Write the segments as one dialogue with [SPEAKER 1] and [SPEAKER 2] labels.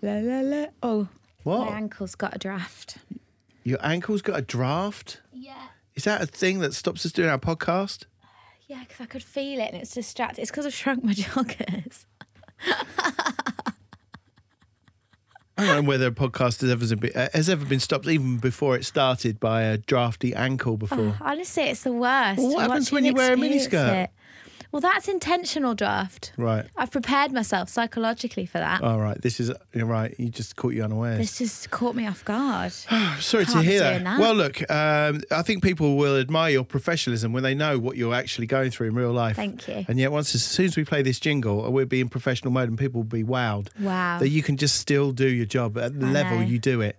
[SPEAKER 1] La, la, la. Oh,
[SPEAKER 2] What?
[SPEAKER 1] my ankle's got a draft.
[SPEAKER 2] Your ankle's got a draft?
[SPEAKER 1] Yeah.
[SPEAKER 2] Is that a thing that stops us doing our podcast?
[SPEAKER 1] Yeah, because I could feel it and it's distracting. It's because I've shrunk my joggers.
[SPEAKER 2] I don't know whether a podcast has ever been uh, has ever been stopped even before it started by a drafty ankle
[SPEAKER 1] Mm.
[SPEAKER 2] before.
[SPEAKER 1] Honestly, it's the worst.
[SPEAKER 2] Well, what happens
[SPEAKER 1] Watching
[SPEAKER 2] when you wear a
[SPEAKER 1] experience
[SPEAKER 2] miniskirt?
[SPEAKER 1] it. Well, that's intentional draft.
[SPEAKER 2] Right.
[SPEAKER 1] I've prepared myself psychologically for that.
[SPEAKER 2] All right, this is you're right. You just caught you unawares.
[SPEAKER 1] This just caught me off guard.
[SPEAKER 2] Sorry to
[SPEAKER 1] can't be
[SPEAKER 2] hear that.
[SPEAKER 1] doing that.
[SPEAKER 2] Well, look, um, I think people will admire your professionalism when they know what you're actually going through in real life.
[SPEAKER 1] Thank you.
[SPEAKER 2] And yet, once as soon as we play this jingle, we'll be in professional mode, and people will be wowed.
[SPEAKER 1] Wow.
[SPEAKER 2] That you can just still do your job at the
[SPEAKER 1] I
[SPEAKER 2] level
[SPEAKER 1] know.
[SPEAKER 2] you do it,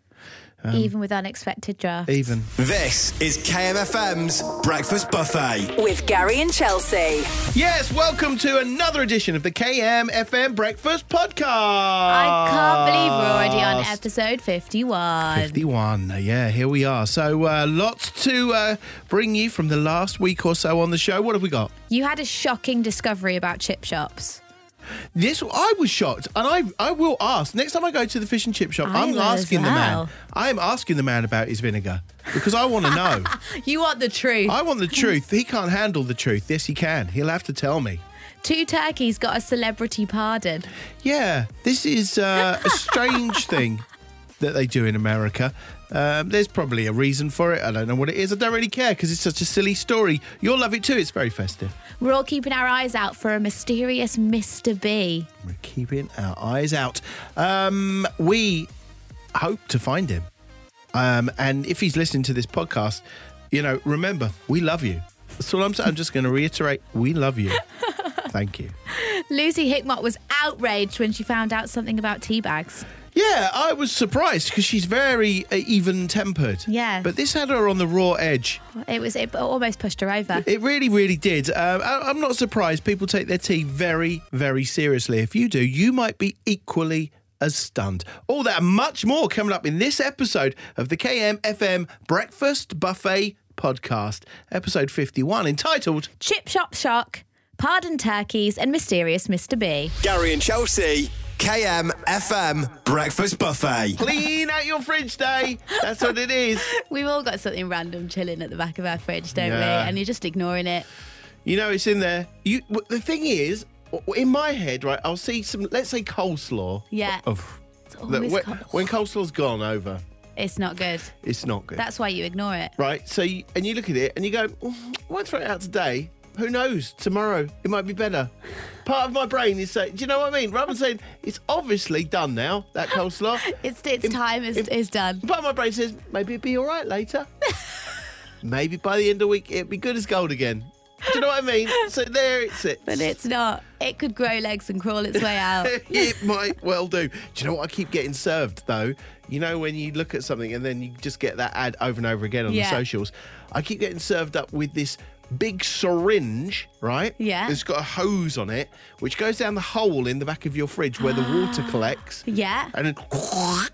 [SPEAKER 1] Even with unexpected drafts.
[SPEAKER 2] even.
[SPEAKER 3] This is KMFM's Breakfast Buffet.
[SPEAKER 4] With Gary and Chelsea.
[SPEAKER 2] Yes, welcome to another edition of the KMFM Breakfast Podcast.
[SPEAKER 1] I can't believe we're already on
[SPEAKER 2] episode
[SPEAKER 1] episode 51.
[SPEAKER 2] 51. Yeah, here we are. So, uh, lots to uh, bring you from the last week or so on the show. What have we got?
[SPEAKER 1] You had a shocking discovery about chip shops.
[SPEAKER 2] This I was shocked, and I I will ask next time I go to the fish and chip shop.
[SPEAKER 1] I
[SPEAKER 2] I'm
[SPEAKER 1] will as
[SPEAKER 2] asking the man.
[SPEAKER 1] well.
[SPEAKER 2] I am asking the man about his vinegar because I want to know.
[SPEAKER 1] You want the truth.
[SPEAKER 2] I want the truth. He can't handle the truth. Yes, he can. He'll have to tell me.
[SPEAKER 1] Two turkeys got a celebrity pardon.
[SPEAKER 2] Yeah, this is uh, a strange thing that they do in America. Um, there's probably a reason for it. I don't know what it is. I don't really care because it's such a silly story. You'll love it too. It's very festive.
[SPEAKER 1] We're all keeping our eyes out for a mysterious Mr. B.
[SPEAKER 2] We're keeping our eyes out. Um, we hope to find him. Um, and if he's listening to this podcast, you know, remember, we love you. That's all I'm saying. I'm just going to reiterate we love you. Thank you.
[SPEAKER 1] Lucy Hickmott was outraged when she found out something about tea bags.
[SPEAKER 2] Yeah, I was surprised because she's very uh, even tempered.
[SPEAKER 1] Yeah.
[SPEAKER 2] But this had her on the raw edge.
[SPEAKER 1] It was it almost pushed her over.
[SPEAKER 2] It really, really did. Um, I, I'm not surprised. People take their tea very, very seriously. If you do, you might be equally as stunned. All that and much more coming up in this episode of the KMFM Breakfast Buffet Podcast, episode 51, entitled
[SPEAKER 1] Chip shop shock, pardon turkeys, and mysterious Mr. B.
[SPEAKER 3] Gary and Chelsea, KMFM Breakfast Buffet.
[SPEAKER 2] Clean Out Your Fridge Day. That's what it is.
[SPEAKER 5] We've all got something random chilling at the back of our fridge, don't
[SPEAKER 2] Yeah.
[SPEAKER 5] we? And you're just ignoring it.
[SPEAKER 2] You know, it's in there. You. w- The thing is, w- in my head, right, I'll see some, let's say coleslaw.
[SPEAKER 5] Yeah.
[SPEAKER 2] Of,
[SPEAKER 5] It's
[SPEAKER 2] that
[SPEAKER 5] always
[SPEAKER 2] when,
[SPEAKER 5] col-
[SPEAKER 2] when coleslaw's gone over,
[SPEAKER 5] It's not good.
[SPEAKER 2] it's not good.
[SPEAKER 5] That's why you ignore it.
[SPEAKER 2] right? So you, and you look at it and you go, "Mm, I won't throw it out today. Who knows? Tomorrow it might be better. Part of my brain is saying, do you know what I mean? Rather than saying it's obviously done now, that coleslaw.
[SPEAKER 5] It's its time is,
[SPEAKER 2] im-
[SPEAKER 5] is done.
[SPEAKER 2] part of my brain says maybe it'd be all right later. maybe by the end of the week it'd be good as gold again. Do you know what I mean? So there it sits.
[SPEAKER 5] But it's not. It could grow legs and crawl its way out.
[SPEAKER 2] it might well do. Do you know what I keep getting served though? You know when you look at something and then you just get that ad over and over again on
[SPEAKER 5] Yeah.
[SPEAKER 2] the socials. I keep getting served up with this big syringe, right?
[SPEAKER 5] Yeah.
[SPEAKER 2] It's got a hose on it, which goes down the hole in the back of your fridge where the water collects
[SPEAKER 5] yeah.
[SPEAKER 2] and then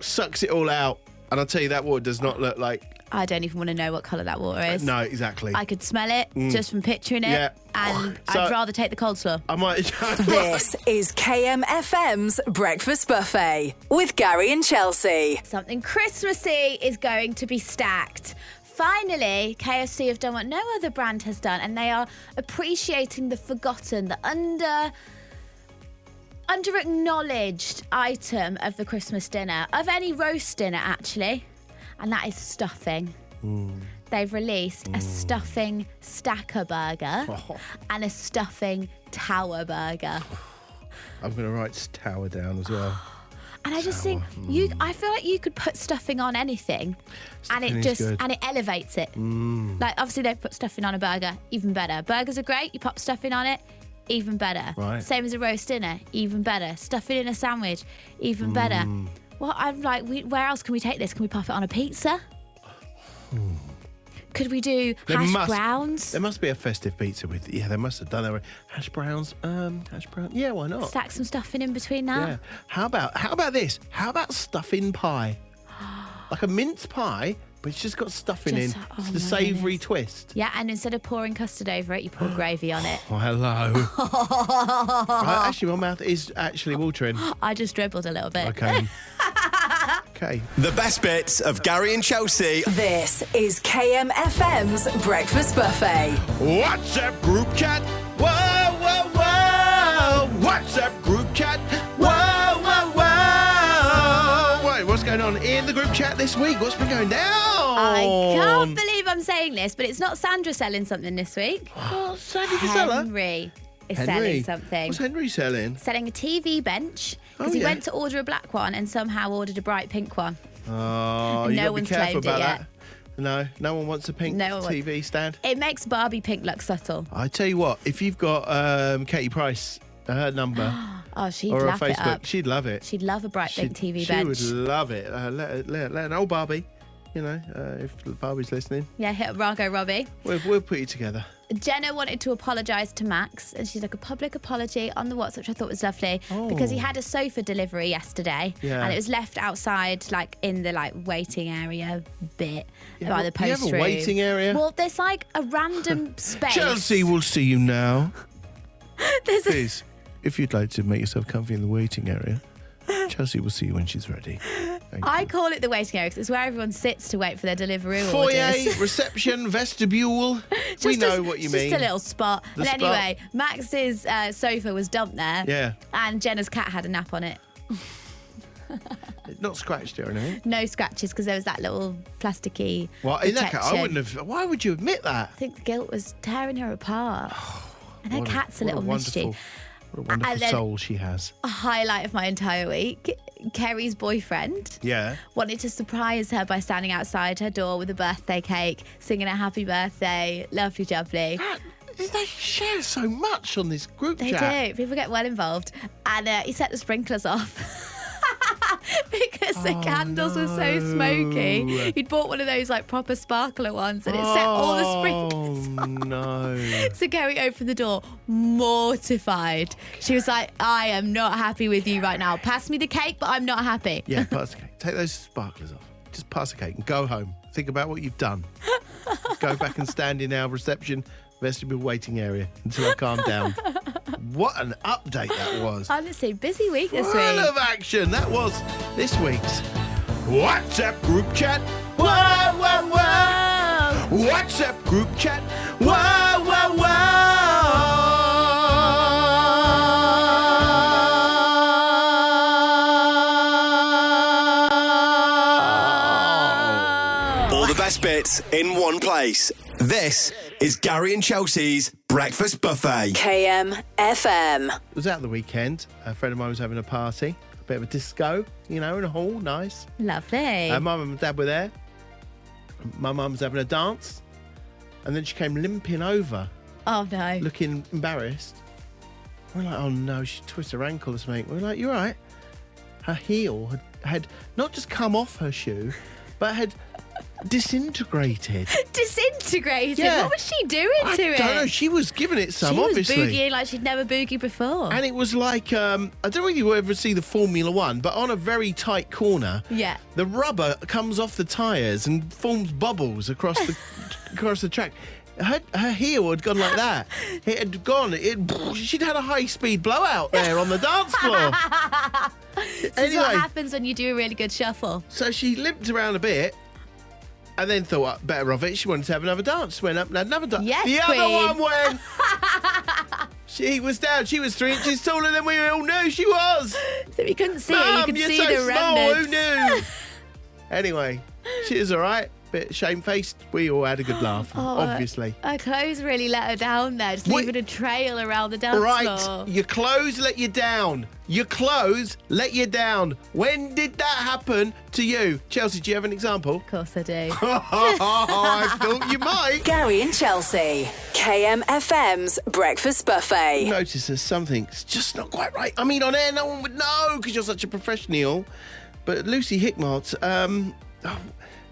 [SPEAKER 2] sucks it all out. And I'll tell you that water does not look like
[SPEAKER 5] I don't even want to know what colour that water is.
[SPEAKER 2] no, exactly.
[SPEAKER 5] I could smell it just from picturing it.
[SPEAKER 2] Mm. Yeah. Oh.
[SPEAKER 5] And
[SPEAKER 2] So-
[SPEAKER 5] I'd rather take the coleslaw.
[SPEAKER 2] I might
[SPEAKER 4] This is KMFM's Breakfast Buffet with Gary and Chelsea.
[SPEAKER 1] Something Christmassy is going to be stacked. Finally, KFC have done what no other brand has done, and they are appreciating the forgotten, the under under acknowledged item of the Christmas dinner, of any roast dinner actually, and that is stuffing.
[SPEAKER 2] Mm.
[SPEAKER 1] They've released a stuffing stacker burger and a stuffing tower burger.
[SPEAKER 2] I'm gonna write tower down as well.
[SPEAKER 1] And I just think you
[SPEAKER 2] Mm.
[SPEAKER 1] I feel like you could put stuffing on anything and it
[SPEAKER 2] Stuffing is
[SPEAKER 1] just
[SPEAKER 2] good. Mm.
[SPEAKER 1] and it elevates it. Like obviously they've put stuffing on a burger, even better. Burgers are great, you pop stuffing on it, even better.
[SPEAKER 2] Right.
[SPEAKER 1] Same as a roast dinner, even better. Stuffing in a sandwich, even better.
[SPEAKER 2] Mm.
[SPEAKER 1] Well, I'm like, we, where else can we take this? Can we pop it on a pizza? Could we do
[SPEAKER 2] There
[SPEAKER 1] hash
[SPEAKER 2] must-
[SPEAKER 1] browns?
[SPEAKER 2] There must be a festive pizza with. Yeah, they must have done that. Hash browns. Um, hash brown. Yeah, why not?
[SPEAKER 1] Stack some stuffing in between that.
[SPEAKER 2] Yeah. How about how about this? How about stuffing pie? Like a mince pie, but it's just got stuffing
[SPEAKER 1] Just-
[SPEAKER 2] in.
[SPEAKER 1] oh
[SPEAKER 2] it's
[SPEAKER 1] my
[SPEAKER 2] the savoury twist.
[SPEAKER 1] Yeah, and instead of pouring custard over it, you pour gravy on it.
[SPEAKER 2] Oh, hello. Right, actually, my mouth is actually watering.
[SPEAKER 5] I just dribbled a little bit.
[SPEAKER 2] Okay. okay.
[SPEAKER 3] The best bits of Gary and Chelsea.
[SPEAKER 4] This is KMFM's Breakfast Buffet.
[SPEAKER 2] WhatsApp group chat. Whoa, whoa, whoa. WhatsApp group chat. Whoa, whoa, whoa. Wait, what's going on in the group chat this week? What's been going down?
[SPEAKER 1] I can't believe I'm saying this, but it's not Sandra selling something this week.
[SPEAKER 2] Oh, Sandy Casella.
[SPEAKER 1] Henry is selling something.
[SPEAKER 2] What's Henry selling?
[SPEAKER 1] selling a TV bench because
[SPEAKER 2] Oh,
[SPEAKER 1] he
[SPEAKER 2] yeah.
[SPEAKER 1] went to order a black one and somehow ordered a bright pink one.
[SPEAKER 2] Oh,
[SPEAKER 1] And
[SPEAKER 2] you
[SPEAKER 1] no
[SPEAKER 2] gotta
[SPEAKER 1] one's
[SPEAKER 2] be careful
[SPEAKER 1] claimed it
[SPEAKER 2] about
[SPEAKER 1] yet.
[SPEAKER 2] that. No, no one wants a pink
[SPEAKER 1] No one wants-
[SPEAKER 2] TV stand.
[SPEAKER 1] It makes Barbie pink look subtle.
[SPEAKER 2] I tell you what, if you've got um, Katie Price, her number,
[SPEAKER 1] Oh, she'd
[SPEAKER 2] or her
[SPEAKER 1] lap it up.
[SPEAKER 2] Facebook, she'd love it.
[SPEAKER 1] She'd love a bright
[SPEAKER 2] She'd-
[SPEAKER 1] big TV
[SPEAKER 2] she
[SPEAKER 1] bench.
[SPEAKER 2] would love it. Uh, let, let, let an old Barbie, you know, uh, if Barbie's listening,
[SPEAKER 1] Yeah, hit up Rago Robbie.
[SPEAKER 2] we'll, we'll put you together.
[SPEAKER 1] Jenna wanted to apologise to Max, and she took a public apology on the WhatsApp, which I thought was lovely because he
[SPEAKER 2] Oh.
[SPEAKER 1] had a sofa delivery yesterday,
[SPEAKER 2] Yeah.
[SPEAKER 1] and it was left outside, like in the like waiting area bit by
[SPEAKER 2] well,
[SPEAKER 1] the
[SPEAKER 2] you have
[SPEAKER 1] post
[SPEAKER 2] a
[SPEAKER 1] room.
[SPEAKER 2] waiting area?
[SPEAKER 1] Well, there's like a random space.
[SPEAKER 2] Chelsea will see you now.
[SPEAKER 1] There's a-
[SPEAKER 2] Please, if you'd like to make yourself comfy in the waiting area, Chelsea will see you when she's ready. Thank
[SPEAKER 1] I
[SPEAKER 2] you.
[SPEAKER 1] call it the waiting area because it's where everyone sits to wait for their delivery
[SPEAKER 2] Foyer,
[SPEAKER 1] orders.
[SPEAKER 2] reception, vestibule. we
[SPEAKER 1] Just
[SPEAKER 2] know
[SPEAKER 1] a-
[SPEAKER 2] what you
[SPEAKER 1] just
[SPEAKER 2] mean.
[SPEAKER 1] a little spot.
[SPEAKER 2] The
[SPEAKER 1] and
[SPEAKER 2] spot.
[SPEAKER 1] anyway, Max's uh, sofa was dumped there.
[SPEAKER 2] Yeah.
[SPEAKER 1] And Jenna's cat had a nap on it.
[SPEAKER 2] Not scratched it or anything.
[SPEAKER 1] No scratches because there was that little plasticky.
[SPEAKER 2] Well, in that case, I
[SPEAKER 1] protection.
[SPEAKER 2] wouldn't have. Why would you admit that?
[SPEAKER 1] I think the guilt was tearing her apart. And her
[SPEAKER 2] What
[SPEAKER 1] cat's a,
[SPEAKER 2] what
[SPEAKER 1] little
[SPEAKER 2] wonderful,
[SPEAKER 1] mischief.
[SPEAKER 2] What a wonderful
[SPEAKER 1] then- Oh.
[SPEAKER 2] soul she has.
[SPEAKER 1] A highlight of my entire week Kerry's boyfriend
[SPEAKER 2] Yeah.
[SPEAKER 1] wanted to surprise her by standing outside her door with a birthday cake, singing a happy birthday, lovely jubbly.
[SPEAKER 2] They share so much on this group
[SPEAKER 1] They
[SPEAKER 2] chat.
[SPEAKER 1] do. People get well involved. And uh, he set the sprinklers off. because the candles were so
[SPEAKER 2] Oh, no.
[SPEAKER 1] smoky. He'd bought one of those like proper sparkler ones and it set all the sprinklers.
[SPEAKER 2] Oh no!
[SPEAKER 1] So Kerry opened the door, mortified. She was like, I am not happy with you right now. Pass me the cake, but I'm not happy.
[SPEAKER 2] Yeah, pass the cake. Take those sparklers off. Just pass the cake and go home. Think about what you've done. go back and stand in our reception vestibule waiting area until I calm down. what an update that was!
[SPEAKER 1] Honestly, busy week this
[SPEAKER 2] Full
[SPEAKER 1] week.
[SPEAKER 2] of action. That was this week's WhatsApp group chat. Whoa, whoa, whoa. WhatsApp group chat. Whoa, whoa, whoa.
[SPEAKER 3] All the best bits in one place. This is Gary and Chelsea's Breakfast Buffet.
[SPEAKER 4] KMFM.
[SPEAKER 2] It was out the weekend. A friend of mine was having a party, a bit of a disco, you know, in a hall. Nice.
[SPEAKER 1] Lovely.
[SPEAKER 2] Uh, my mum and dad were there. My mum's having a dance. And then she came limping over,
[SPEAKER 1] oh no.
[SPEAKER 2] looking embarrassed. We're like, oh no, she twisted her ankle or something. We're like, you're right. Her heel had, had not just come off her shoe, but had disintegrated.
[SPEAKER 1] Disintegrated.
[SPEAKER 2] Yeah.
[SPEAKER 1] What was she doing
[SPEAKER 2] I
[SPEAKER 1] to it?
[SPEAKER 2] don't know, she was giving it some,
[SPEAKER 1] she
[SPEAKER 2] obviously.
[SPEAKER 1] was boogieing like she'd never boogied before.
[SPEAKER 2] and it was like, um, I don't know if you ever see the Formula One, but on a very tight corner,
[SPEAKER 1] yeah.
[SPEAKER 2] the rubber comes off the tires and forms bubbles across the across the track. Her, her heel had gone like that. It had gone. It she'd had a high speed blowout there on the dance floor.
[SPEAKER 1] This is what
[SPEAKER 2] anyway,
[SPEAKER 1] happens when you do a really good shuffle.
[SPEAKER 2] so she limped around a bit. And then thought uh, better of it. She wanted to have another dance. Went up and had another dance.
[SPEAKER 1] Yes,
[SPEAKER 2] the
[SPEAKER 1] queen.
[SPEAKER 2] other one went. she was down. She was three inches taller than we all knew she was.
[SPEAKER 1] So you couldn't see it, you
[SPEAKER 2] Mum,
[SPEAKER 1] could
[SPEAKER 2] you're
[SPEAKER 1] see
[SPEAKER 2] so
[SPEAKER 1] the
[SPEAKER 2] small.
[SPEAKER 1] remnants.
[SPEAKER 2] Who knew? anyway, she was all right. Bit shamefaced. We all had a good laugh,
[SPEAKER 1] Oh,
[SPEAKER 2] obviously.
[SPEAKER 1] Her clothes really let her down there, just
[SPEAKER 2] What-
[SPEAKER 1] leaving a trail around the dance
[SPEAKER 2] All right,
[SPEAKER 1] floor.
[SPEAKER 2] your clothes let you down. Your clothes let you down. When did that happen to you, Chelsea? Do you have an example? Oh,
[SPEAKER 1] Of course I do.
[SPEAKER 2] I thought you might.
[SPEAKER 4] Gary and Chelsea. KMFM's Breakfast Buffet.
[SPEAKER 2] Notice there's something's just not quite right. I mean, on air, no one would know because you're such a professional. But Lucy Hickmart, um, oh,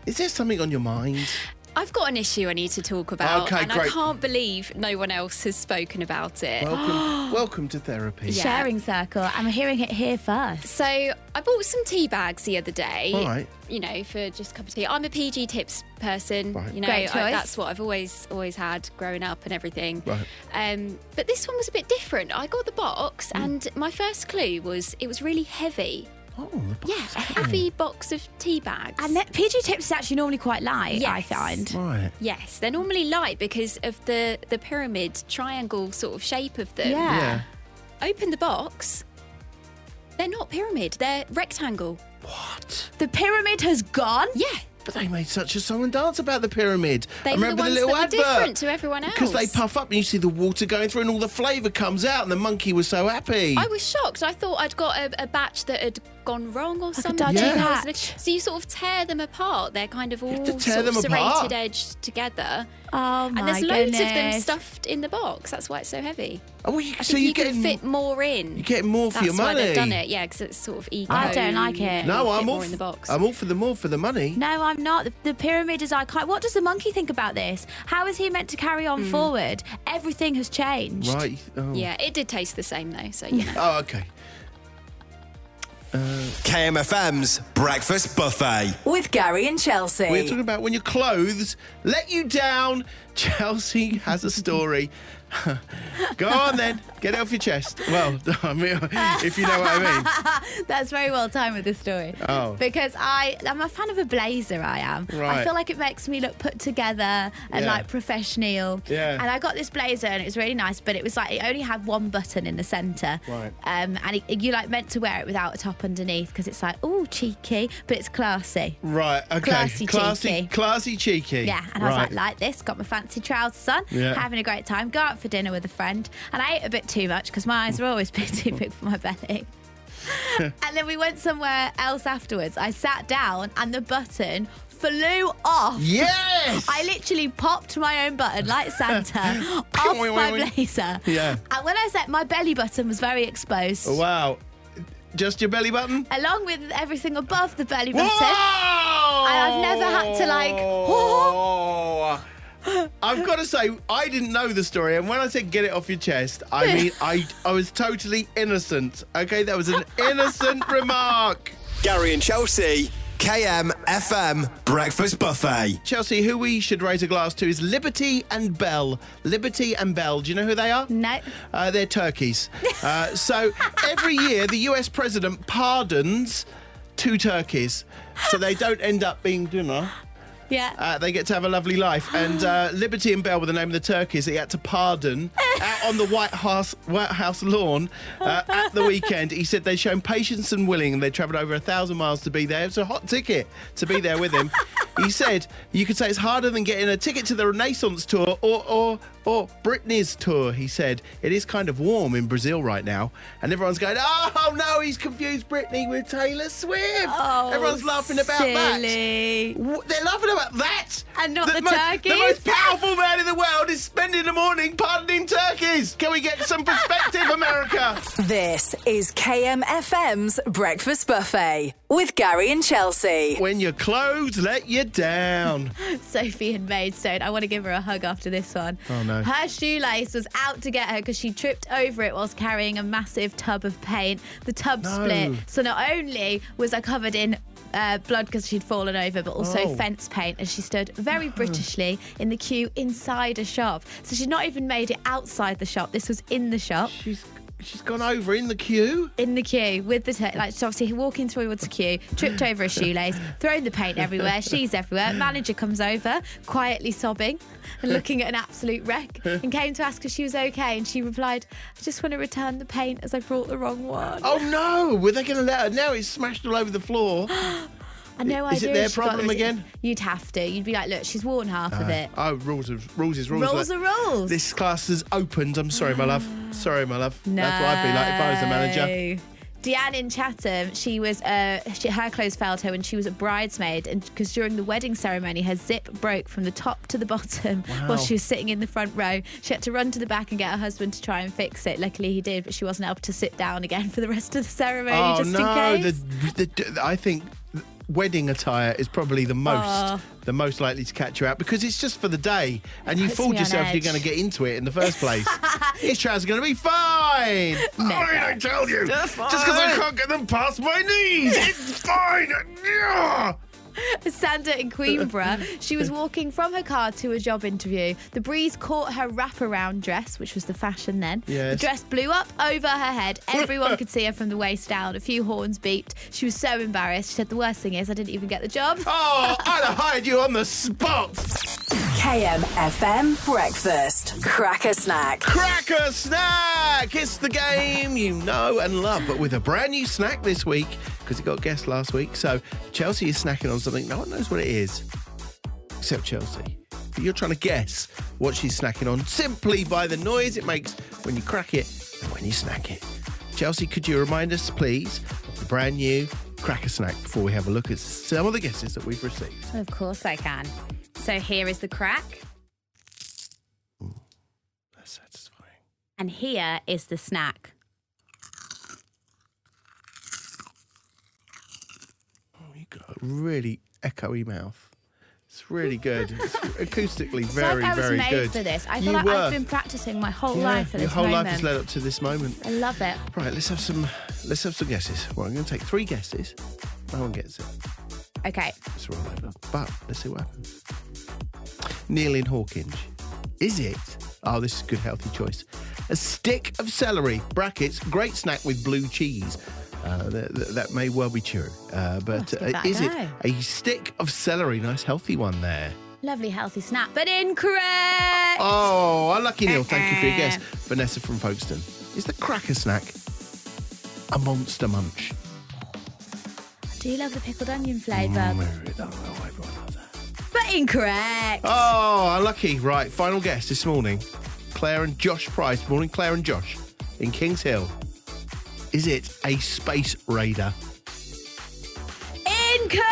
[SPEAKER 2] is there something on your mind?
[SPEAKER 6] I've got an issue I need to talk about,
[SPEAKER 2] Okay,
[SPEAKER 6] and I
[SPEAKER 2] great.
[SPEAKER 6] can't believe no one else has spoken about it.
[SPEAKER 2] Welcome, welcome to therapy.
[SPEAKER 6] Yeah.
[SPEAKER 1] Sharing circle. I'm hearing it here first.
[SPEAKER 6] So I bought some tea bags the other day.
[SPEAKER 2] All right.
[SPEAKER 6] You know, for just a cup of tea. I'm a PG tips person.
[SPEAKER 2] Right.
[SPEAKER 6] You know,
[SPEAKER 1] Great
[SPEAKER 6] I,
[SPEAKER 1] choice.
[SPEAKER 6] that's what I've always always had growing up and everything.
[SPEAKER 2] Right.
[SPEAKER 6] Um, but this one was a bit different. I got the box,
[SPEAKER 2] Mm.
[SPEAKER 6] and my first clue was it was really heavy.
[SPEAKER 2] Oh, the box.
[SPEAKER 6] Yeah, a heavy box of tea bags.
[SPEAKER 1] And that PG tips is actually normally quite light, I
[SPEAKER 6] Yes.
[SPEAKER 1] find.
[SPEAKER 2] Right.
[SPEAKER 6] yes, they're normally light because of the the pyramid triangle sort of shape of them.
[SPEAKER 1] Yeah.
[SPEAKER 2] Yeah.
[SPEAKER 6] Open the box. They're not pyramid. They're rectangle.
[SPEAKER 2] What?
[SPEAKER 1] The pyramid has gone.
[SPEAKER 6] Yeah.
[SPEAKER 2] But they made such a song and dance about the pyramid.
[SPEAKER 6] They
[SPEAKER 2] I
[SPEAKER 6] were the
[SPEAKER 2] remember
[SPEAKER 6] ones
[SPEAKER 2] the little
[SPEAKER 6] that were
[SPEAKER 2] advert.
[SPEAKER 6] different to everyone
[SPEAKER 2] Because they
[SPEAKER 6] else.
[SPEAKER 2] puff up and you see the water going through and all the flavour comes out and the monkey was so happy.
[SPEAKER 6] I was shocked. I thought I'd got a, a batch that had gone wrong or something.
[SPEAKER 1] dodgy
[SPEAKER 2] Yeah.
[SPEAKER 1] batch.
[SPEAKER 6] So you sort of tear them apart. They're kind of all
[SPEAKER 2] have to tear
[SPEAKER 6] sort of
[SPEAKER 2] them apart.
[SPEAKER 6] serrated edged together.
[SPEAKER 1] Oh my
[SPEAKER 6] and there's loads of them
[SPEAKER 1] goodness.
[SPEAKER 6] stuffed in the box. That's why it's so heavy.
[SPEAKER 2] oh, well, you,
[SPEAKER 6] I
[SPEAKER 2] so
[SPEAKER 6] think
[SPEAKER 2] you're
[SPEAKER 6] you
[SPEAKER 2] getting
[SPEAKER 6] can fit more in.
[SPEAKER 2] you're getting more for
[SPEAKER 6] That's
[SPEAKER 2] your
[SPEAKER 6] why
[SPEAKER 2] money.
[SPEAKER 6] they've done it. Yeah, because it's sort of eco.
[SPEAKER 1] I don't like it.
[SPEAKER 2] No,
[SPEAKER 6] Fit
[SPEAKER 2] I'm
[SPEAKER 6] more
[SPEAKER 2] all
[SPEAKER 6] in the box.
[SPEAKER 2] I'm all for the more for the money.
[SPEAKER 1] No, I'm not. The, the pyramid is iconic. What does the monkey think about this? How is he meant to carry on forward? Everything has changed.
[SPEAKER 2] Right. Oh.
[SPEAKER 6] yeah, it did taste the same though. So you know.
[SPEAKER 2] Oh, okay.
[SPEAKER 3] KMFM's Breakfast Buffet.
[SPEAKER 4] With Gary and Chelsea.
[SPEAKER 2] We're talking about when your clothes let you down. Chelsea has a story. Go on then, get it off your chest. Well, I mean, if you know what I mean.
[SPEAKER 1] That's very well timed with this story.
[SPEAKER 2] Oh.
[SPEAKER 1] Because I, I'm a fan of a blazer, I am.
[SPEAKER 2] Right.
[SPEAKER 1] I feel like it makes me look put together and
[SPEAKER 2] Yeah.
[SPEAKER 1] like professional.
[SPEAKER 2] Yeah.
[SPEAKER 1] And I got this blazer and it was really nice, but it was like it only had one button in the centre.
[SPEAKER 2] Right.
[SPEAKER 1] Um, and it, you like meant to wear it without a top underneath because it's like, oh, cheeky, but it's classy.
[SPEAKER 2] Right, okay.
[SPEAKER 1] Classy cheeky.
[SPEAKER 2] Classy cheeky.
[SPEAKER 1] Yeah, and I was like, like this, got my fancy trousers on,
[SPEAKER 2] Yeah.
[SPEAKER 1] having a great time, go out for dinner with a friend. And I ate a bit too much because my eyes were always a bit too big for my belly. and then we went somewhere else afterwards. I sat down and the button flew off.
[SPEAKER 2] Yes!
[SPEAKER 1] I literally popped my own button like Santa off my blazer.
[SPEAKER 2] Yeah. Oh,
[SPEAKER 1] And when I said my belly button was very exposed,
[SPEAKER 2] wow. Just your belly button?
[SPEAKER 1] along with everything above the belly
[SPEAKER 2] Whoa!
[SPEAKER 1] button. I've never had to, like,
[SPEAKER 2] I've got to say, I didn't know the story, and when I said "get it off your chest," I mean I I was totally innocent. Okay, that was an innocent remark.
[SPEAKER 3] Gary and Chelsea, KMFM Breakfast Buffet.
[SPEAKER 2] Chelsea, who we should raise a glass to is Liberty and Bell. Liberty and Bell. Do you know who they are?
[SPEAKER 1] No.
[SPEAKER 2] Uh, they're turkeys. uh, so every year, the US president pardons two turkeys. So they don't end up being dinner.
[SPEAKER 1] Yeah.
[SPEAKER 2] Uh, they get to have a lovely life. And uh, Liberty and Bell were the name of the turkeys that he had to pardon out on the White House, White House lawn uh, at the weekend. He said they'd shown patience and willing and they travelled over a thousand miles to be there. It's a hot ticket to be there with him. he said, You could say it's harder than getting a ticket to the Renaissance tour or, or, or Britney's tour, he said. It is kind of warm in Brazil right now. And everyone's going, Oh, no, he's confused Britney with Taylor Swift. everyone's laughing about that.
[SPEAKER 1] silly.
[SPEAKER 2] What, they're laughing about that,
[SPEAKER 1] And not the
[SPEAKER 2] mo- The
[SPEAKER 1] turkeys?
[SPEAKER 2] most powerful man in the world is spending the morning pardoning turkeys. Can we get some perspective, America?
[SPEAKER 4] This is KMFM's Breakfast Buffet with Gary and Chelsea.
[SPEAKER 2] When your clothes let you down.
[SPEAKER 1] Sophie had made so I want to give her a hug after this one.
[SPEAKER 2] Oh, no.
[SPEAKER 1] Her shoelace was out to get her because she tripped over it whilst carrying a massive tub of paint. The tub
[SPEAKER 2] No.
[SPEAKER 1] split. So not only was I covered in uh, blood because she'd fallen over, but also
[SPEAKER 2] Oh.
[SPEAKER 1] fence paint. And she stood very Britishly in the queue inside a shop. So she'd not even made it outside the shop. This was in the shop
[SPEAKER 2] She's she's gone over in the queue.
[SPEAKER 1] in the queue with the t- like so obviously walking towards the queue, tripped over a shoelace, thrown the paint everywhere. She's everywhere. Manager comes over, quietly sobbing and looking at an absolute wreck, and came to ask if she was okay. And she replied, "I just want to return the paint as I brought the wrong one."
[SPEAKER 2] Oh no! Were they going to let her? Now it's smashed all over the floor.
[SPEAKER 1] I know
[SPEAKER 2] is it
[SPEAKER 1] idea
[SPEAKER 2] their
[SPEAKER 1] if she got
[SPEAKER 2] problem
[SPEAKER 1] rid-
[SPEAKER 2] again?
[SPEAKER 1] You'd have to. You'd be like, "Look, she's worn half of it."
[SPEAKER 2] Oh, rules of rules is rules.
[SPEAKER 1] Rules
[SPEAKER 2] Like,
[SPEAKER 1] are rules.
[SPEAKER 2] This class has opened. I'm sorry, my love. Sorry, my love. That's what I'd be like if I was the manager.
[SPEAKER 1] No. Deanne in Chatham, she was uh, she, her clothes failed her when she was a bridesmaid, and because during the wedding ceremony, her zip broke from the top to the bottom
[SPEAKER 2] Wow.
[SPEAKER 1] while she was sitting in the front row. She had to run to the back and get her husband to try and fix it. Luckily, he did, but she wasn't able to sit down again for the rest of the ceremony,
[SPEAKER 2] Oh
[SPEAKER 1] just
[SPEAKER 2] no!
[SPEAKER 1] in case.
[SPEAKER 2] The, the, I think wedding attire is probably the most
[SPEAKER 5] Oh.
[SPEAKER 2] the most likely to catch you out because it's just for the day and you
[SPEAKER 1] puts
[SPEAKER 2] fooled
[SPEAKER 1] me on
[SPEAKER 2] yourself you're
[SPEAKER 1] edge.
[SPEAKER 2] going to get into it in the first place. His trousers are going to be fine. Fine, I tell you. Just because I can't get them past my knees, it's fine. Yeah.
[SPEAKER 1] Sandra in Queenborough. She was walking from her car to a job interview. The breeze caught her wraparound dress, which was the fashion then.
[SPEAKER 2] Yes.
[SPEAKER 1] The dress blew up over her head. Everyone could see her from the waist down. A few horns beeped. She was so embarrassed. She said, The worst thing is, I didn't even get the job.
[SPEAKER 2] Oh, I'd have hired you on the spot.
[SPEAKER 4] KMFM Breakfast. Crack a snack.
[SPEAKER 2] Cracker Snack! It's the game you know and love, but with a brand new snack this week because it got guessed last week. So Chelsea is snacking on something. No one knows what it is, except Chelsea. But you're trying to guess what she's snacking on simply by the noise it makes when you crack it and when you snack it. Chelsea, could you remind us, please, of the brand new Cracker Snack before we have a look at some of the guesses that we've received?
[SPEAKER 1] Of course I can. So here is the crack,
[SPEAKER 2] That's satisfying.
[SPEAKER 1] and here is the snack.
[SPEAKER 2] You got a really echoey mouth. It's really good. It's acoustically
[SPEAKER 1] It's
[SPEAKER 2] very,
[SPEAKER 1] like I was
[SPEAKER 2] very
[SPEAKER 1] made
[SPEAKER 2] good.
[SPEAKER 1] for this. I feel
[SPEAKER 2] You
[SPEAKER 1] like
[SPEAKER 2] were.
[SPEAKER 1] I've been practicing my whole
[SPEAKER 2] Yeah,
[SPEAKER 1] life for
[SPEAKER 2] Your
[SPEAKER 1] this
[SPEAKER 2] whole
[SPEAKER 1] moment.
[SPEAKER 2] life has led up to this moment.
[SPEAKER 1] I love it.
[SPEAKER 2] Right, let's have some. Let's have some guesses. Well, I'm going to take three guesses. No one gets it.
[SPEAKER 1] Okay.
[SPEAKER 2] It's all over. But let's see what happens. Neil in Hawkinge. Is it? Oh, this is a good healthy choice. A stick of celery, brackets, great snack with blue cheese. Uh, th- th- that may well be true. Uh, but
[SPEAKER 1] give
[SPEAKER 2] uh,
[SPEAKER 1] that a
[SPEAKER 2] is it
[SPEAKER 1] go.
[SPEAKER 2] a stick of celery? Nice healthy one there.
[SPEAKER 1] Lovely healthy snack, but incorrect.
[SPEAKER 2] Oh, unlucky Neil. Thank you for your guess. Vanessa from Folkestone. Is the cracker snack a monster munch?
[SPEAKER 1] Do you love the pickled onion flavour?
[SPEAKER 2] Mm, Oh,
[SPEAKER 1] But incorrect.
[SPEAKER 2] unlucky. Oh, Right, final guess this morning. Claire and Josh Price. Morning, Claire and Josh in Kings Hill. Is it a space raider? Oh.
[SPEAKER 1] Incorrect.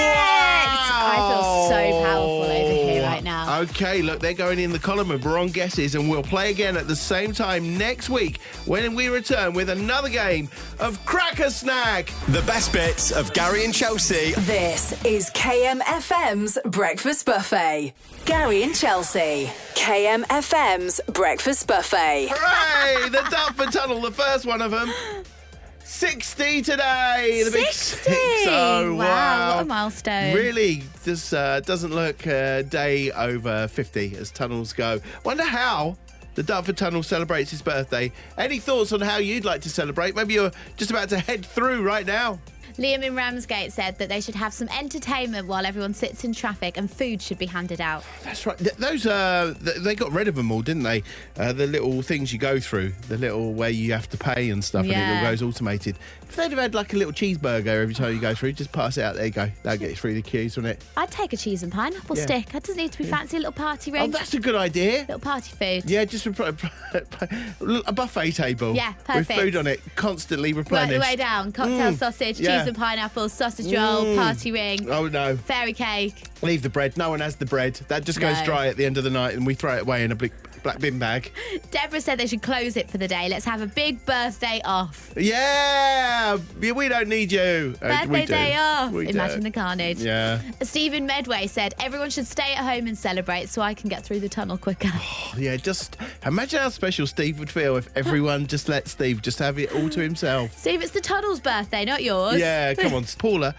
[SPEAKER 1] I feel so powerful over here right now.
[SPEAKER 2] Oh. Okay, look, they're going in the column of wrong guesses, and we'll play again at the same time next week when we return with another game of Cracker Snack.
[SPEAKER 3] The best bits of Gary and Chelsea.
[SPEAKER 4] This is KMFM's Breakfast Buffet. Gary and Chelsea. KMFM's Breakfast Buffet.
[SPEAKER 2] Hooray! The Dartford Tunnel, the first one of them. 60 today. The big
[SPEAKER 1] 60.
[SPEAKER 2] Oh,
[SPEAKER 1] Wow, what a milestone.
[SPEAKER 2] Really, this uh, doesn't look a day over 50 as tunnels go. Wonder how the Dartford Tunnel celebrates its birthday. Any thoughts on how you'd like to celebrate? Maybe you're just about to head through right now.
[SPEAKER 1] Liam in Ramsgate said that they should have some entertainment while everyone sits in traffic and food should be handed out.
[SPEAKER 2] That's right. Th- those uh, th- they got rid of them all, didn't they? Uh, the little things you go through, the little where you have to pay and stuff, and it
[SPEAKER 5] Yeah.
[SPEAKER 2] all goes automated. If they'd have had like a little cheeseburger every time you go through, just pass it out. There you go. That'll get you through the queues, won't it?
[SPEAKER 1] I'd take a cheese and pineapple
[SPEAKER 2] Yeah.
[SPEAKER 1] stick. That doesn't need to be fancy. Little party
[SPEAKER 2] Oh,
[SPEAKER 1] ring,
[SPEAKER 2] that's a good idea.
[SPEAKER 1] little party food.
[SPEAKER 2] Yeah, just repl- a buffet table.
[SPEAKER 1] Yeah,
[SPEAKER 2] With
[SPEAKER 1] perfect.
[SPEAKER 2] food on it, constantly
[SPEAKER 1] Work
[SPEAKER 2] replenished.
[SPEAKER 1] the way down. Cocktail sausage,
[SPEAKER 2] Mm. yeah.
[SPEAKER 1] cheese and pineapple, sausage roll, party ring,
[SPEAKER 2] Oh no!
[SPEAKER 1] fairy cake.
[SPEAKER 2] Leave the bread. No one has the bread. That just goes
[SPEAKER 1] No.
[SPEAKER 2] dry at the end of the night, and we throw it away in a bli- black bin bag.
[SPEAKER 1] Deborah said they should close it for the day. Let's have a big birthday off.
[SPEAKER 2] Yeah, Yeah, we don't need you. Uh, we
[SPEAKER 1] Birthday
[SPEAKER 2] do.
[SPEAKER 1] day off.
[SPEAKER 2] We do.
[SPEAKER 1] Imagine the carnage.
[SPEAKER 2] Yeah.
[SPEAKER 1] Stephen Medway said everyone should stay at home and celebrate so I can get through the tunnel quicker.
[SPEAKER 2] Oh, Yeah, just imagine how special Steve would feel if everyone just let Steve just have it all to himself.
[SPEAKER 1] Steve, it's the tunnel's birthday, not yours.
[SPEAKER 2] Yeah, come on. Paula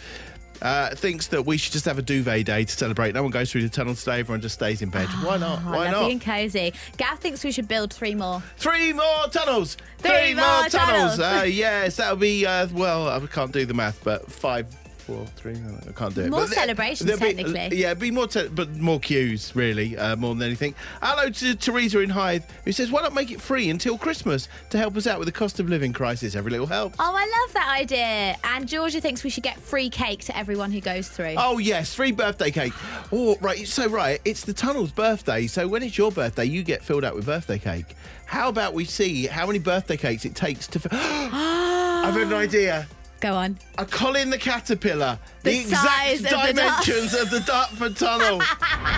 [SPEAKER 2] uh, thinks that we should just have a duvet day to celebrate. No one goes through the tunnel today, everyone just stays in bed. Why not?
[SPEAKER 1] Oh,
[SPEAKER 2] Why
[SPEAKER 1] lovely
[SPEAKER 2] not?
[SPEAKER 1] and cozy. Gav thinks we should build three more.
[SPEAKER 2] Three more tunnels.
[SPEAKER 1] Three more tunnels.
[SPEAKER 2] Uh, yes, that'll be, uh, well, I can't do the math, but five, four, three. no, I can't do it.
[SPEAKER 1] More
[SPEAKER 2] But there-
[SPEAKER 1] celebrations,
[SPEAKER 2] there'll be- uh,
[SPEAKER 1] technically.
[SPEAKER 2] yeah, it'd be more, te- but more queues, really, uh, more than anything. Hello to Teresa in Hythe, who says, why not make it free until Christmas to help us out with the cost of living crisis? Every little helps.
[SPEAKER 1] Oh, I love that idea. And Georgia thinks we should get free cake to everyone who goes through.
[SPEAKER 2] Oh yes, free birthday cake. Oh right, so right, it's the tunnel's birthday. So when it's your birthday, you get filled out with birthday cake.
[SPEAKER 1] Ah.
[SPEAKER 2] How about we see how many birthday cakes it takes to? Fi- I've had an idea.
[SPEAKER 5] Go on.
[SPEAKER 2] A Colin the Caterpillar. The,
[SPEAKER 1] size
[SPEAKER 2] exact
[SPEAKER 1] of the Dart-
[SPEAKER 2] dimensions of the Dartford Tunnel.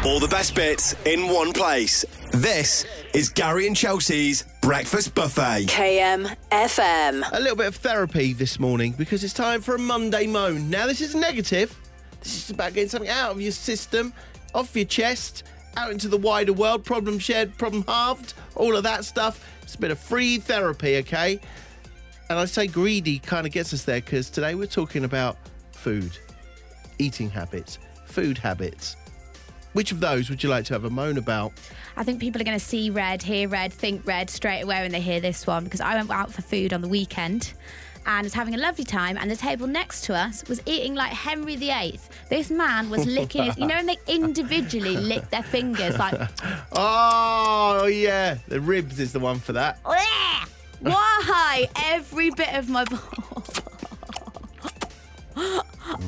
[SPEAKER 3] All the best bits in one place. This is Gary and Chelsea's Breakfast Buffet.
[SPEAKER 4] KMFM.
[SPEAKER 2] a little bit of therapy this morning because it's time for a Monday moan. Now, this is negative. This is about getting something out of your system, off your chest, out into the wider world, problem shared, problem halved, all of that stuff. It's a bit of free therapy, okay? And I say greedy kind of gets us there because today we're talking about food, eating habits, food habits. Which of those would you like to have a moan about?
[SPEAKER 1] I think people are going to see red, hear red, think red straight away when they hear this one because I went out for food on the weekend and was having a lovely time and the table next to us was eating like Henry VIII. This man was licking his, you know, and they individually lick their fingers like,
[SPEAKER 2] Oh, yeah. The ribs is the one for that.
[SPEAKER 1] "Bleh! why every bit of my I,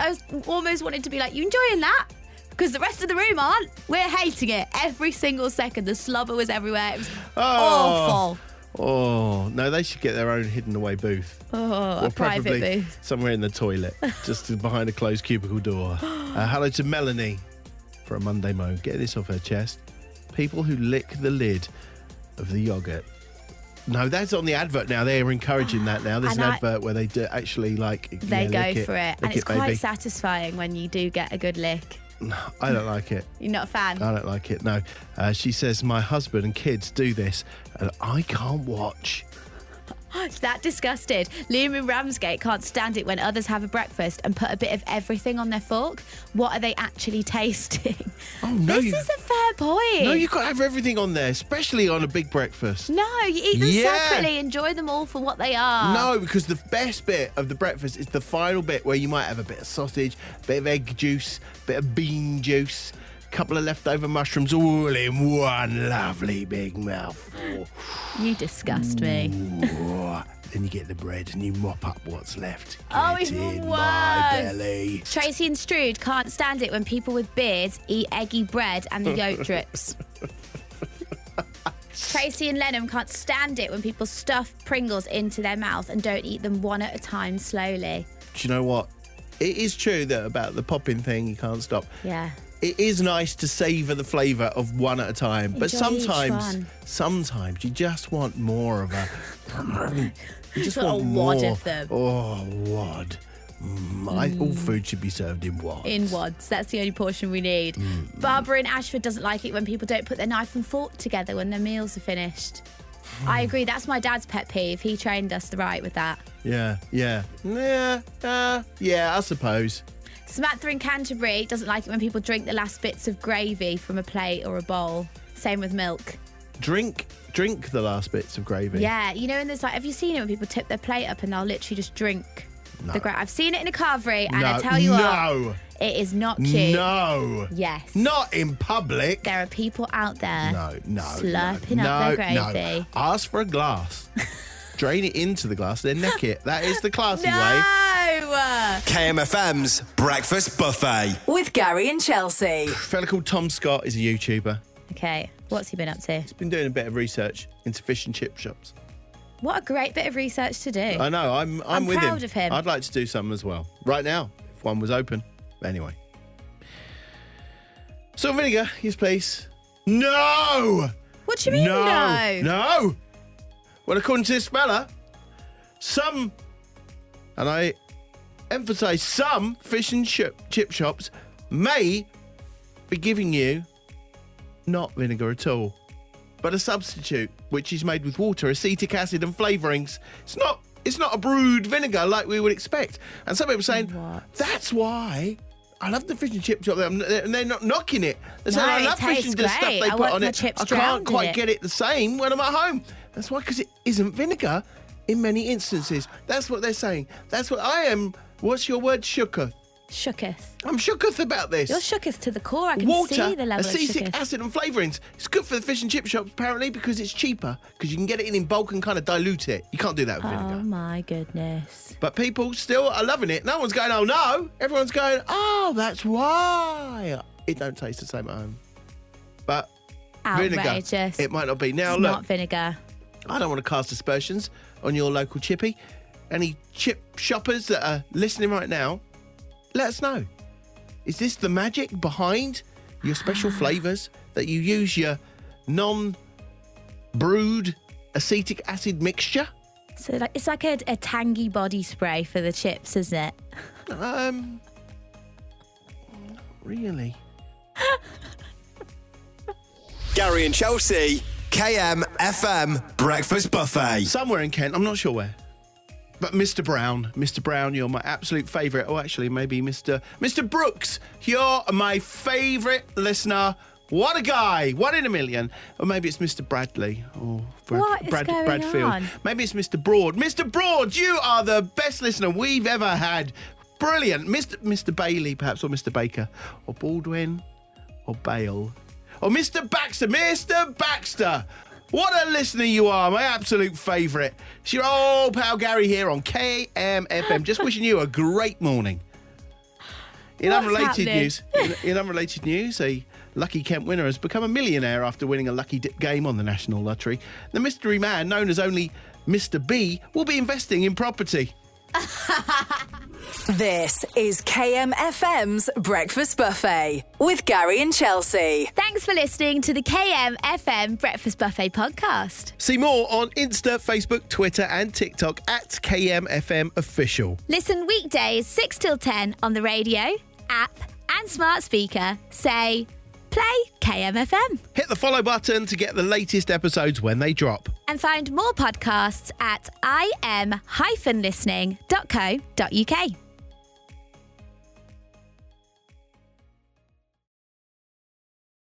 [SPEAKER 1] I was almost wanted to be like, you enjoying that? Because the rest of the room aren't. We're hating it every single second. The slobber was everywhere. It was awful.
[SPEAKER 2] Oh no, they should get their own hidden away booth.
[SPEAKER 5] Oh,
[SPEAKER 2] Or
[SPEAKER 5] a private booth.
[SPEAKER 2] somewhere in the toilet, just behind a closed cubicle door. Uh, hello to Melanie for a Monday moan. Get this off her chest. People who lick the lid of the yogurt. No, that's on the advert now. They are encouraging that now. There's
[SPEAKER 1] And
[SPEAKER 2] an
[SPEAKER 1] I-
[SPEAKER 2] advert where they do actually like
[SPEAKER 1] They
[SPEAKER 2] yeah, lick
[SPEAKER 1] go for it.
[SPEAKER 2] Lick
[SPEAKER 1] and it's
[SPEAKER 2] baby.
[SPEAKER 1] quite satisfying when you do get a good lick.
[SPEAKER 2] I don't like it.
[SPEAKER 1] You're not a fan.
[SPEAKER 2] I don't like it. No, uh, she says my husband and kids do this, and I can't watch.
[SPEAKER 1] It's that disgusted. Liam in Ramsgate can't stand it when others have a breakfast and put a bit of everything on their fork. What are they actually tasting?
[SPEAKER 2] Oh, no,
[SPEAKER 1] This
[SPEAKER 2] you-
[SPEAKER 1] is a fair point.
[SPEAKER 2] No, you can't have everything on there, especially on a big breakfast.
[SPEAKER 1] No, you eat them
[SPEAKER 2] Yeah.
[SPEAKER 1] separately. Enjoy them all for what they are.
[SPEAKER 2] No, because the best bit of the breakfast is the final bit where you might have a bit of sausage, bit of egg juice, bit of bean juice, couple of leftover mushrooms, all in one lovely big mouthful.
[SPEAKER 1] You disgust me.
[SPEAKER 2] Ooh, then you get the bread and you mop up what's left. Get
[SPEAKER 1] Oh, even
[SPEAKER 2] in my
[SPEAKER 1] worse.
[SPEAKER 2] belly.
[SPEAKER 1] Tracy and Strood can't stand it when people with beards eat eggy bread and the yolk drips. Tracy and Lenham can't stand it when people stuff Pringles into their mouth and don't eat them one at a time slowly.
[SPEAKER 2] Do you know what? It is true that about the popping thing, you can't stop.
[SPEAKER 1] Yeah.
[SPEAKER 2] it is nice to savor the flavor of one at a time, but
[SPEAKER 1] Enjoy each
[SPEAKER 2] sometimes,
[SPEAKER 1] one.
[SPEAKER 2] sometimes you just want more of a. you
[SPEAKER 5] Just
[SPEAKER 2] just
[SPEAKER 5] want
[SPEAKER 2] want
[SPEAKER 5] a wad
[SPEAKER 2] more.
[SPEAKER 5] of them.
[SPEAKER 2] Oh, wad. Mm, I- all food should be served in wad.
[SPEAKER 5] In wads. That's the only portion we need.
[SPEAKER 2] Mm.
[SPEAKER 1] Barbara in Ashford doesn't like it when people don't put their knife and fork together when their meals are finished.
[SPEAKER 2] Hmm.
[SPEAKER 1] I agree. That's my dad's pet peeve. He trained us the right with that.
[SPEAKER 2] yeah, yeah, yeah, uh, yeah. I suppose.
[SPEAKER 1] Samantha in Canterbury doesn't like it when people drink the last bits of gravy from a plate or a bowl. Same with milk.
[SPEAKER 2] Drink, drink the last bits of gravy.
[SPEAKER 1] Yeah, you know, and there's like, have you seen it when people tip their plate up and they'll literally just drink the gravy? I've seen it in a carvery, and I
[SPEAKER 2] No,
[SPEAKER 1] tell you
[SPEAKER 2] no.
[SPEAKER 1] what, it is not cute.
[SPEAKER 2] No.
[SPEAKER 1] Yes.
[SPEAKER 2] Not in public.
[SPEAKER 1] There are people out there.
[SPEAKER 2] No, no.
[SPEAKER 1] Slurping
[SPEAKER 2] no,
[SPEAKER 1] up their
[SPEAKER 2] no,
[SPEAKER 1] gravy.
[SPEAKER 2] No. Ask for a glass. Drain it into the glass, then neck it. That is the classy way.
[SPEAKER 5] No!
[SPEAKER 3] KMFM's Breakfast Buffet.
[SPEAKER 4] With Gary and Chelsea.
[SPEAKER 2] A fella called Tom Scott is a YouTuber.
[SPEAKER 1] Okay, what's he been up to?
[SPEAKER 2] He's been doing a bit of research into fish and chip shops.
[SPEAKER 1] What a great bit of research to do.
[SPEAKER 2] I know, I'm I'm,
[SPEAKER 1] I'm
[SPEAKER 2] with
[SPEAKER 1] proud
[SPEAKER 2] him.
[SPEAKER 1] of him.
[SPEAKER 2] I'd like to do some as well. Right now, if one was open. Anyway. Salt and vinegar, yes please. No!
[SPEAKER 1] What do you mean,
[SPEAKER 2] no. No. Well, according to this speller, some, and I emphasize some fish and chip, chip shops may be giving you not vinegar at all, but a substitute which is made with water, acetic acid, and flavourings. It's not. It's not a brewed vinegar like we would expect. And some people are saying that's why. I love the fish and chip shop. They're- And they're not knocking it. They're saying
[SPEAKER 1] No,
[SPEAKER 2] I
[SPEAKER 1] it
[SPEAKER 2] love fish and
[SPEAKER 1] tastes
[SPEAKER 2] the stuff
[SPEAKER 1] great.
[SPEAKER 2] they
[SPEAKER 1] I
[SPEAKER 2] put
[SPEAKER 1] want
[SPEAKER 2] on
[SPEAKER 1] my
[SPEAKER 2] it.
[SPEAKER 1] chips
[SPEAKER 2] I
[SPEAKER 1] drowned
[SPEAKER 2] can't
[SPEAKER 1] in
[SPEAKER 2] quite
[SPEAKER 1] it."
[SPEAKER 2] get it the same when I'm at home. That's why, because it isn't vinegar in many instances. That's what they're saying. That's what I am. What's your word? Shooketh.
[SPEAKER 1] Shooketh.
[SPEAKER 2] I'm shooketh about this.
[SPEAKER 1] You're shooketh to the core. I can
[SPEAKER 2] Water,
[SPEAKER 1] see the level
[SPEAKER 2] acetic
[SPEAKER 1] of shooketh.
[SPEAKER 2] acid, and flavourings. It's good for the fish and chip shops, apparently, because it's cheaper, because you can get it in in bulk and kind of dilute it. You can't do that with
[SPEAKER 1] Oh
[SPEAKER 2] vinegar.
[SPEAKER 1] my goodness.
[SPEAKER 2] But people still are loving it. No one's going, oh no. Everyone's going, oh, that's why. It don't taste the same at home. But
[SPEAKER 1] Outrageous.
[SPEAKER 2] vinegar, it might not be. Now,
[SPEAKER 1] It's
[SPEAKER 2] look,
[SPEAKER 1] not vinegar.
[SPEAKER 2] I don't want to cast aspersions on your local chippy. any chip shoppers that are listening right now, let us know. Is this the magic behind your special flavours that you use your non brewed acetic acid mixture?
[SPEAKER 1] So like, it's like a, a tangy body spray for the chips, isn't it?
[SPEAKER 2] Um, really?
[SPEAKER 3] Gary and Chelsea, KMFM Breakfast Buffet.
[SPEAKER 2] Somewhere in Kent, I'm not sure where. But Mr. Brown, Mr. Brown, you're my absolute favourite. Oh, actually, maybe Mr. Mr. Brooks, you're my favourite listener. What a guy! One in a million. Or maybe it's Mr. Bradley. Oh, Brad,
[SPEAKER 1] What is
[SPEAKER 2] Brad,
[SPEAKER 1] going
[SPEAKER 2] Bradfield.
[SPEAKER 1] on?
[SPEAKER 2] Maybe it's Mr. Broad. Mr. Broad, you are the best listener we've ever had. Brilliant. Mr. Mr. Bailey, perhaps, or Mr. Baker, or Baldwin, or Bale, or Mr. Baxter. Mr. Baxter, what a listener you are. My absolute favourite. It's your old pal Gary here on KMFM. Just wishing you a great morning. In
[SPEAKER 1] What's
[SPEAKER 2] unrelated
[SPEAKER 1] happening?
[SPEAKER 2] news, in, in unrelated news, a lucky Kent winner has become a millionaire after winning a lucky dip game on the national lottery. The mystery man, known as only Mr. B, will be investing in property.
[SPEAKER 4] This is KMFM's Breakfast Buffet with Gary and Chelsea.
[SPEAKER 1] Thanks for listening to the KMFM Breakfast Buffet podcast.
[SPEAKER 2] See more on Insta, Facebook, Twitter, and TikTok at KMFM Official.
[SPEAKER 1] Listen weekdays 6 till 10 on the radio, app, and smart speaker. Say, play KMFM.
[SPEAKER 2] Hit the follow button to get the latest episodes when they drop.
[SPEAKER 1] And find more podcasts at im-listening.co.uk.